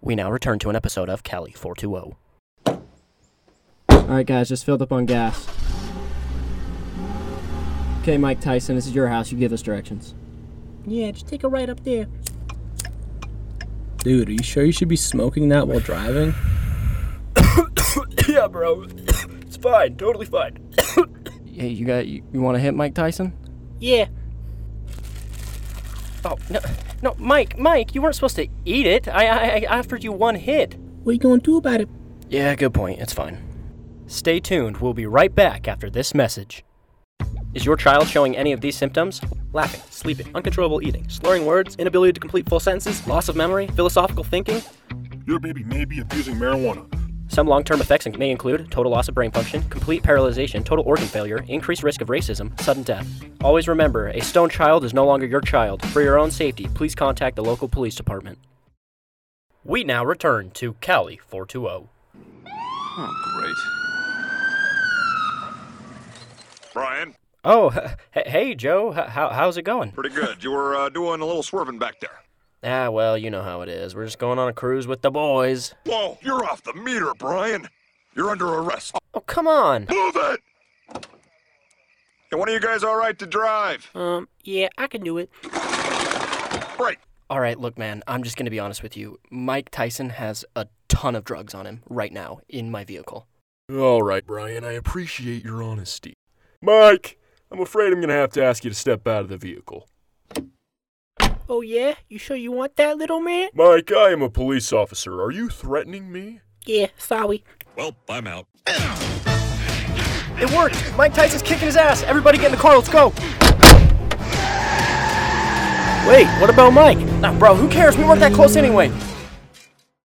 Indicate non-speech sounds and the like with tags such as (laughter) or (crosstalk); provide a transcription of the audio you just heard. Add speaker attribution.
Speaker 1: We now return to an episode of Cali oh. 420.
Speaker 2: All right, guys, just filled up on gas. Okay, Mike Tyson, this is your house. You give us directions.
Speaker 3: Yeah, just take a right up there.
Speaker 4: Dude, are you sure you should be smoking that while driving?
Speaker 1: (coughs) yeah, bro. (coughs) it's fine. Totally fine. (coughs) hey, you got you, you want to hit Mike Tyson?
Speaker 3: Yeah.
Speaker 1: Oh, no. No, Mike, Mike, you weren't supposed to eat it. I I, I offered you one hit.
Speaker 3: What you gonna do about it?
Speaker 1: Yeah, good point. It's fine. Stay tuned. We'll be right back after this message. Is your child showing any of these symptoms?
Speaker 5: Laughing, sleeping, uncontrollable eating, slurring words, inability to complete full sentences, loss of memory, philosophical thinking.
Speaker 6: Your baby may be abusing marijuana.
Speaker 1: Some long term effects may include total loss of brain function, complete paralyzation, total organ failure, increased risk of racism, sudden death. Always remember a stone child is no longer your child. For your own safety, please contact the local police department. We now return to Cali 420.
Speaker 7: Oh, great.
Speaker 6: Oh, Brian,
Speaker 1: Oh, (laughs) h- hey, Joe. H- how- how's it going?
Speaker 6: pretty good. You were uh, doing a little swerving back there.
Speaker 1: Ah, well, you know how it is. We're just going on a cruise with the boys.
Speaker 6: Whoa, you're off the meter, Brian. You're under arrest.
Speaker 1: Oh, come on.
Speaker 6: Move it! Hey, one of you guys all right to drive?
Speaker 3: Um, yeah, I can do it.
Speaker 6: Right.
Speaker 1: All right, look, man, I'm just going to be honest with you. Mike Tyson has a ton of drugs on him right now in my vehicle.
Speaker 8: All right, Brian, I appreciate your honesty. Mike, I'm afraid I'm going to have to ask you to step out of the vehicle.
Speaker 3: Oh yeah, you sure you want that, little man?
Speaker 8: Mike, I am a police officer. Are you threatening me?
Speaker 3: Yeah, sorry.
Speaker 6: Well, I'm out.
Speaker 1: It worked! Mike Tyson's kicking his ass! Everybody get in the car, let's go! Wait, what about Mike? Nah, bro, who cares? We weren't that close anyway.